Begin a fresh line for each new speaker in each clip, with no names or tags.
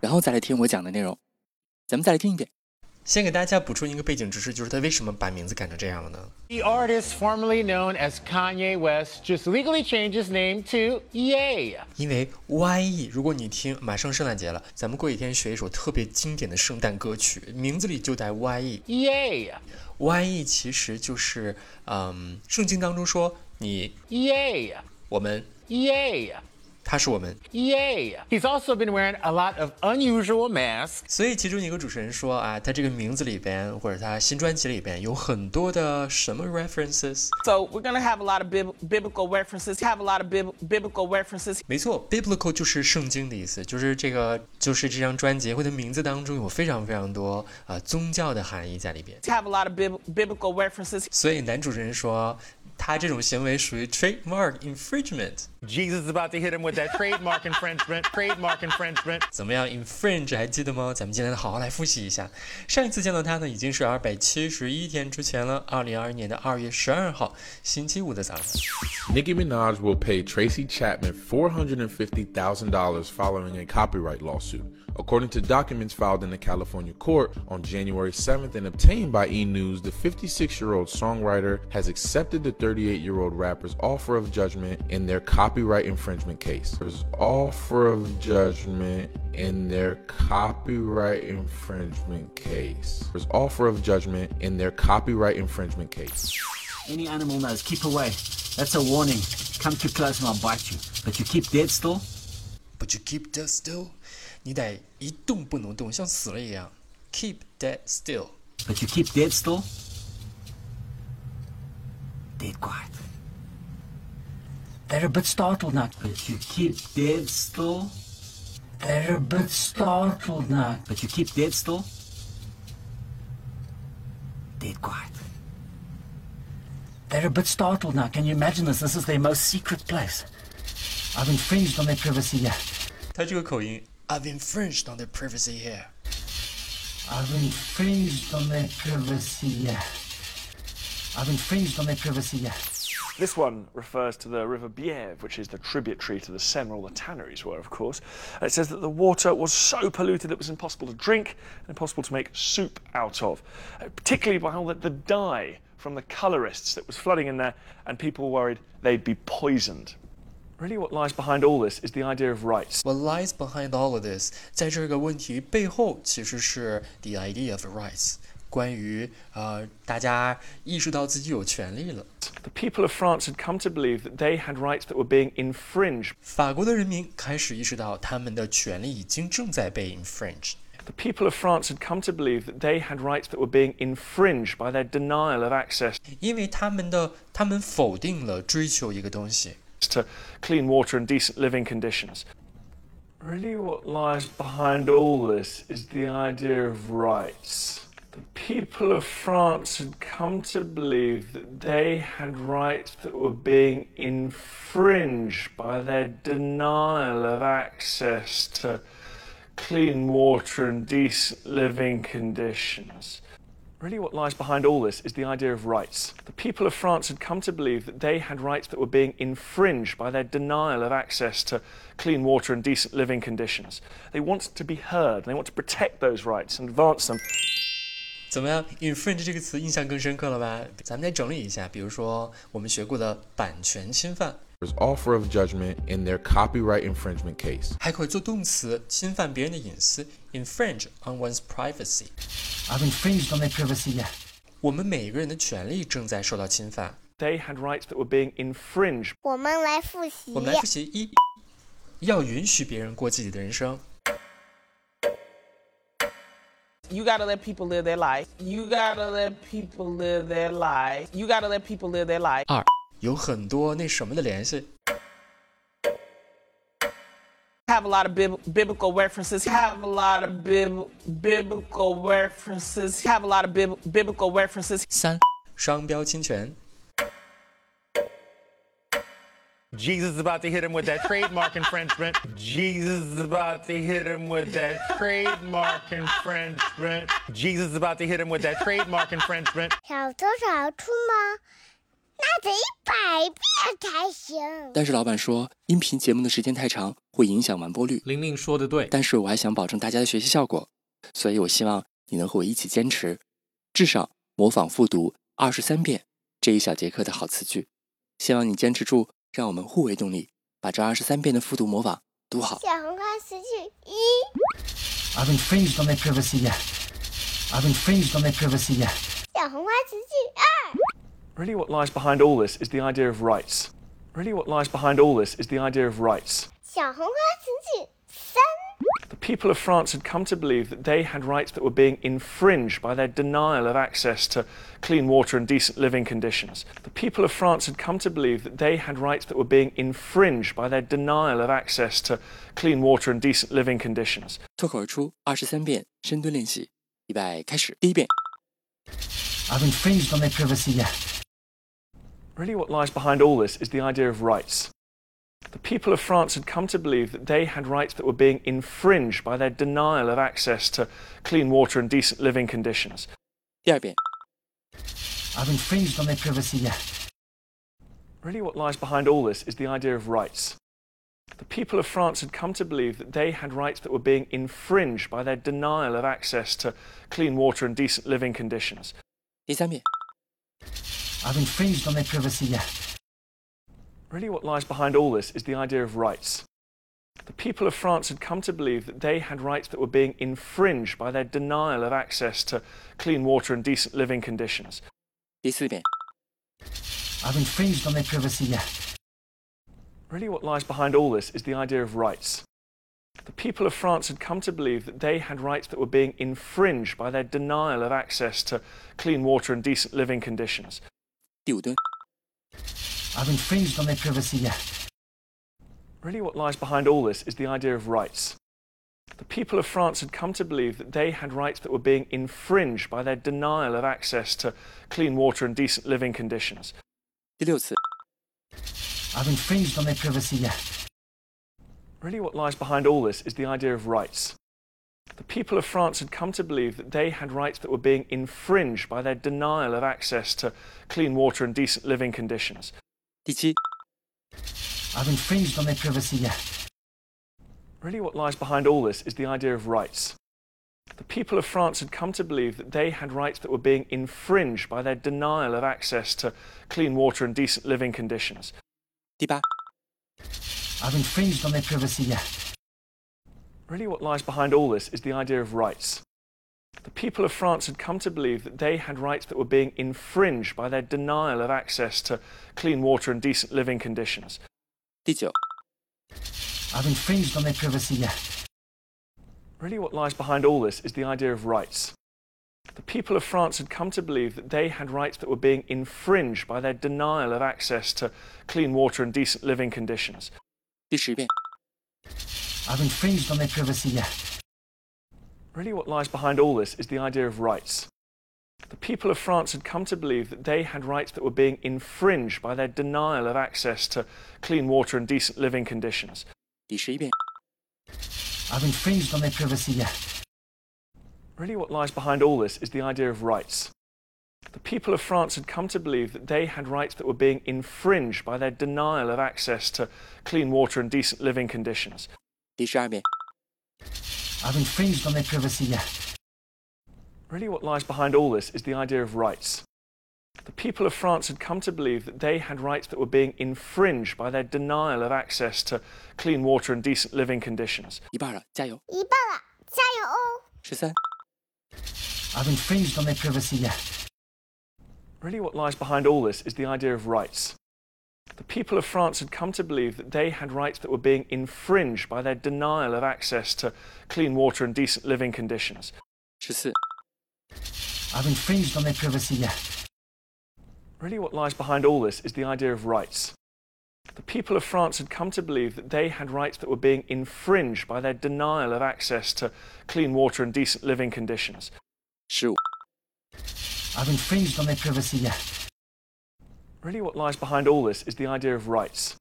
然后再来听我讲的内容。咱们再来听一遍。
先给大家补充一个背景知识，就是他为什么把名字改成这样了呢？
The artist formerly known as Kanye West just legally changed his name to Ye.
因为 YE，如果你听，马上圣诞节了，咱们过几天学一首特别经典的圣诞歌曲，名字里就带 YE。
Ye.
YE 其实就是，嗯，圣经当中说你
Ye.
我们，
Ye.
他是我们，
Ye. He's also been wearing a lot of unusual masks.
所以其中一个主持人说啊，他这个名字里边或者他新专辑里边有很多的什么 references。
So we're gonna have a lot of bib- biblical references. Have a lot of bib- biblical references.
没错，biblical 就是圣经的意思，就是这个就是这张专辑或者名字当中有非常非常多啊、呃宗教的含义在里边。
Have a lot of bib- biblical references.
所以男主持人说，他这种行为属于 trademark infringement。
Jesus is about to hit him with that trademark infringement. Trademark infringement.
怎么样，infringe 还记得吗？咱们今天好好来复习一下。上一次见到他呢，已经是二百七十一天之前了，二零二一年的二月十二号，星期五的早上。
Nicki Minaj will pay Tracy Chapman $450,000 following a copyright lawsuit, according to documents filed in the California court on January 7th and obtained by E! News. The 56-year-old songwriter has accepted the 38-year-old rapper's offer of judgment in their copyright infringement case. There's offer of judgment in their copyright infringement case. There's offer of judgment in their copyright infringement case.
Any animal knows, keep away. That's a warning. Come too close and I'll bite you. But you keep dead still,
But you keep dead still，你得一动不能动，像死了一样。Keep dead still。
but you keep dead still. Dead quiet. They're a bit startled now. But you keep dead still. They're a bit startled now. But you keep dead still. Dead quiet. They're a bit startled now. Can you imagine this? This is their most secret place. I've infringed on their privacy here.
他这个口音，I've infringed on their privacy here。
I've infringed on their privacy. yeah. I've infringed on their privacy. yeah.
This one refers to the River Bièvre, which is the tributary to the Seine where all the tanneries were, of course. And it says that the water was so polluted that it was impossible to drink and impossible to make soup out of, uh, particularly by all the, the dye from the colourists that was flooding in there, and people worried they'd be poisoned. Really, what lies behind all this is the idea of rights.
What lies behind all of this？在这个问题背后，其实是 the idea of rights，关于呃大家意识到自己有权利了。
The people of France had come to believe that they had rights that were being infringed.
法国的人民开始意识到他们的权利已经正在被 infringe。
The people of France had come to believe that they had rights that were being infringed by their denial of access
因为他们的他们否定了追求一个东西。
to clean water and decent living conditions. Really, what lies behind all this is the idea of rights. The people of France had come to believe that they had rights that were being infringed by their denial of access to clean water and decent living conditions. Really, what lies behind all this is the idea of rights. The people of France had come to believe that they had rights that were being infringed by their denial of access to clean water and decent living conditions. They want to be heard, and they want to protect those rights and advance them.
怎么样？infringe 这个词印象更深刻了吧？咱们再整理一下，比如说我们学过的版权侵犯，
There's offer of judgment in their copyright infringement case.
还可以做动词，侵犯别人的隐私，infringe on one's privacy。
I've infringed on their privacy. yeah.
我们每个人的权利正在受到侵犯。
They had rights that were being infringed.
我们来复习
我们来复习一，要允许别人过自己的人生。
You gotta let people live their life. You gotta let people live their life. You gotta let people live their life.
二，有很多那什么的联系，
Have have a lot of bib- biblical references. Have a lot of bib- biblical references. Have a lot of bib- biblical references.
三
商标侵权。
Jesus is about to hit him with that trademark infringement. Jesus is about to hit him with that trademark infringement. Jesus is about to hit him with that trademark infringement.
小偷小出吗？那得一百遍才行。
但是老板说，音频节目的时间太长，会影响完播率。
玲玲说的对，
但是我还想保证大家的学习效果，所以我希望你能和我一起坚持，至少模仿复读二十三遍这一小节课的好词句。希望你坚持住，让我们互为动力，把这二十三遍的复读模仿读好。
小红花词句一，
I've infringed on their privacy. Yeah. I've infringed on their privacy. Yeah.
小红花词句二，
Really, what lies behind all this is the idea of rights. Really, what lies behind all this is the idea of rights.
小红花词句三，
The people of France had come to believe that they had rights that were being infringed by their denial of access to clean water and decent living conditions. The people of France had come to believe that they had rights that were being infringed by their denial of access to clean water and decent living conditions.
脱口而出二十三遍深蹲练习，预备开始。第一遍，
I've infringed on their privacy. Yeah.
Really, what lies behind all this is the idea of rights. The people of France had come to believe that they had rights that were being infringed by their denial of access to clean water and decent living conditions.
第二遍，
I've infringed on their privacy. Yeah.
Really, what lies behind all this is the idea of rights. The people of France had come to believe that they had rights that were being infringed by their denial of access to clean water and decent living conditions.
第三遍，
I've infringed on their privacy. Yeah.
Really, what lies behind all this is the idea of rights. The people of France had come to believe that they had rights that were being infringed by their denial of access to clean water and decent living conditions.
第四遍，
I've infringed on their privacy. Yeah.
Really, what lies behind all this is the idea of rights. The people of France had come to believe that they had rights that were being infringed by their denial of access to clean water and decent living conditions.
第五蹲，
I've infringed on their privacy. Yeah.
Really, what lies behind all this is the idea of rights. The people of France had come to believe that they had rights that were being infringed by their denial of access to clean water and decent living conditions.
第六次，
I've infringed on their privacy. Yeah.
Really, what lies behind all this is the idea of rights. The people of France had come to believe that they had rights that were being infringed by their denial of access to clean water and decent living conditions.
第七，
I've infringed on their privacy. Yeah.
Really, what lies behind all this is the idea of rights. The people of France had come to believe that they had rights that were being infringed by their denial of access to clean water and decent living conditions.
第八，
I've infringed on their privacy. Yeah.
Really, what lies behind all this is the idea of rights. The people of France had come to believe that they had rights that were being infringed by their denial of access to clean water and decent living conditions.
第九，
I've infringed on their privacy. Yeah.
Really, what lies behind all this is the idea of rights. The people of France had come to believe that they had rights that were being infringed by their denial of access to clean water and decent living conditions.
第十遍，
I've infringed on their privacy. Yeah.
Really, what lies behind all this is the idea of rights. The people of France had come to believe that they had rights that were being infringed by their denial of access to clean water and decent living conditions.
第十一遍，
I've infringed on their privacy. Yeah.
Really, what lies behind all this is the idea of rights. The people of France had come to believe that they had rights that were being infringed by their denial of access to clean water and decent living conditions.
第十二遍，
I've infringed on their privacy. Yeah.
Really, what lies behind all this is the idea of rights. The people of France had come to believe that they had rights that were being infringed by their denial of access to clean water and decent living conditions.
一半了，加油！
一半了，加油哦！
十三、
I've infringed on their privacy. Yeah.
Really, what lies behind all this is the idea of rights. The people of France had come to believe that they had rights that were being infringed by their denial of access to clean water and decent living conditions.
十四、
I've infringed on their privacy. Yeah.
Really, what lies behind all this is the idea of rights. The people of France had come to believe that they had rights that were being infringed by their denial of access to clean water and decent living conditions.
十五、
I've infringed on their privacy. yeah.
Really, what lies behind all this is the idea of rights.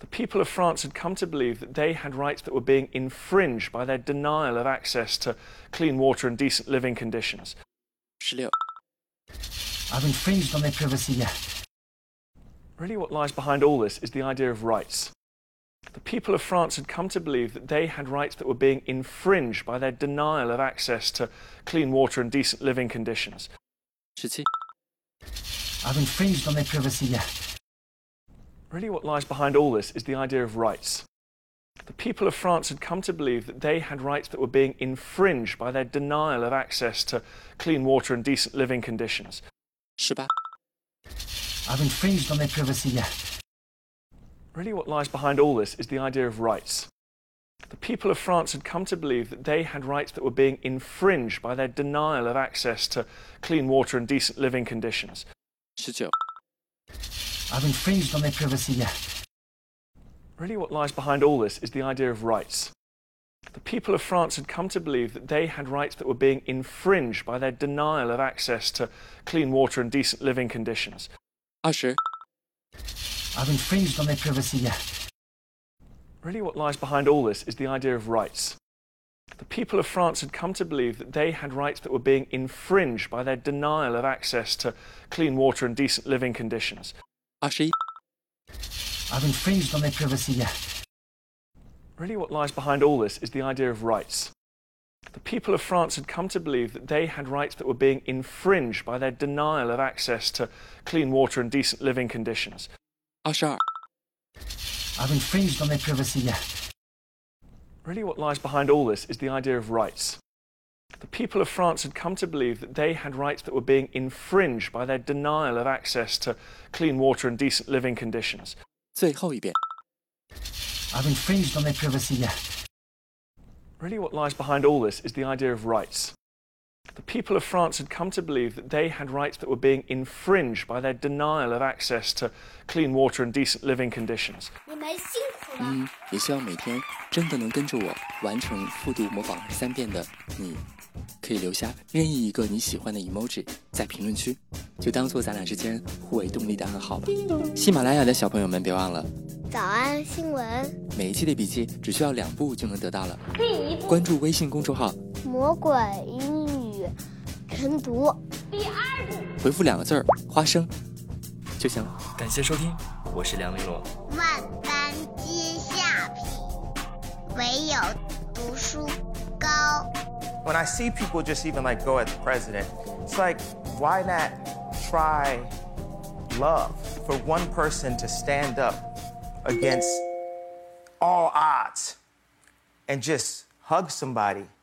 The people of France had come to believe that they had rights that were being infringed by their denial of access to clean water and decent living conditions.
十六、
I've infringed on their privacy. yeah.
Really, what lies behind all this is the idea of rights. The people of France had come to believe that they had rights that were being infringed by their denial of access to clean water and decent living conditions.
十七、
I've infringed on their privacy. yeah.
Really, what lies behind all this is the idea of rights. The people of France had come to believe that they had rights that were being infringed by their denial of access to clean water and decent living conditions.
十八、
I've infringed on their privacy. yeah.
Really, what lies behind all this is the idea of rights. The people of France had come to believe that they had rights that were being infringed by their denial of access to clean water and decent living conditions.
十九、
I've infringed on their privacy. yeah.
Really, what lies behind all this is the idea of rights. The people of France had come to believe that they had rights that were being infringed by their denial of access to clean water and decent living conditions.
二十、
I've infringed on their privacy. yeah.
Really, what lies behind all this is the idea of rights. The people of France had come to believe that they had rights that were being infringed by their denial of access to clean water and decent living conditions.
二十一、
I've infringed on their privacy. yeah.
Really, what lies behind all this is the idea of rights. The people of France had come to believe that they had rights that were being infringed by their denial of access to clean water and decent living conditions.
二十二、
I've infringed on their privacy. yeah.
Really, what lies behind all this is the idea of rights. The people of France had come to believe that they had rights that were being infringed by their denial of access to clean water and decent living conditions.
最后一遍。
I've infringed on their privacy. yeah.
Really, what lies behind all this is the idea of rights. The people of France had come to believe that they had rights that were being infringed by their denial of access to clean water and decent living conditions.
你们辛苦了。
嗯，也希望每天真的能跟着我完成复读模仿二十三遍的你，可以留下任意一个你喜欢的 emoji 在评论区，就当做咱俩之间互为动力的暗号吧。喜马拉雅的小朋友们，别忘了
早安新闻，
每一期的笔记只需要两步就能得到了。
第一步，
关注微信公众号，
魔鬼英语晨读。
第二步，
回复两个字儿“花生”就行了。
感谢收听，我是梁丽罗。
万般皆下品，唯有读书高。
When I see people just even like go at the president, it's like, why not try love for one person to stand up against all odds and just hug somebody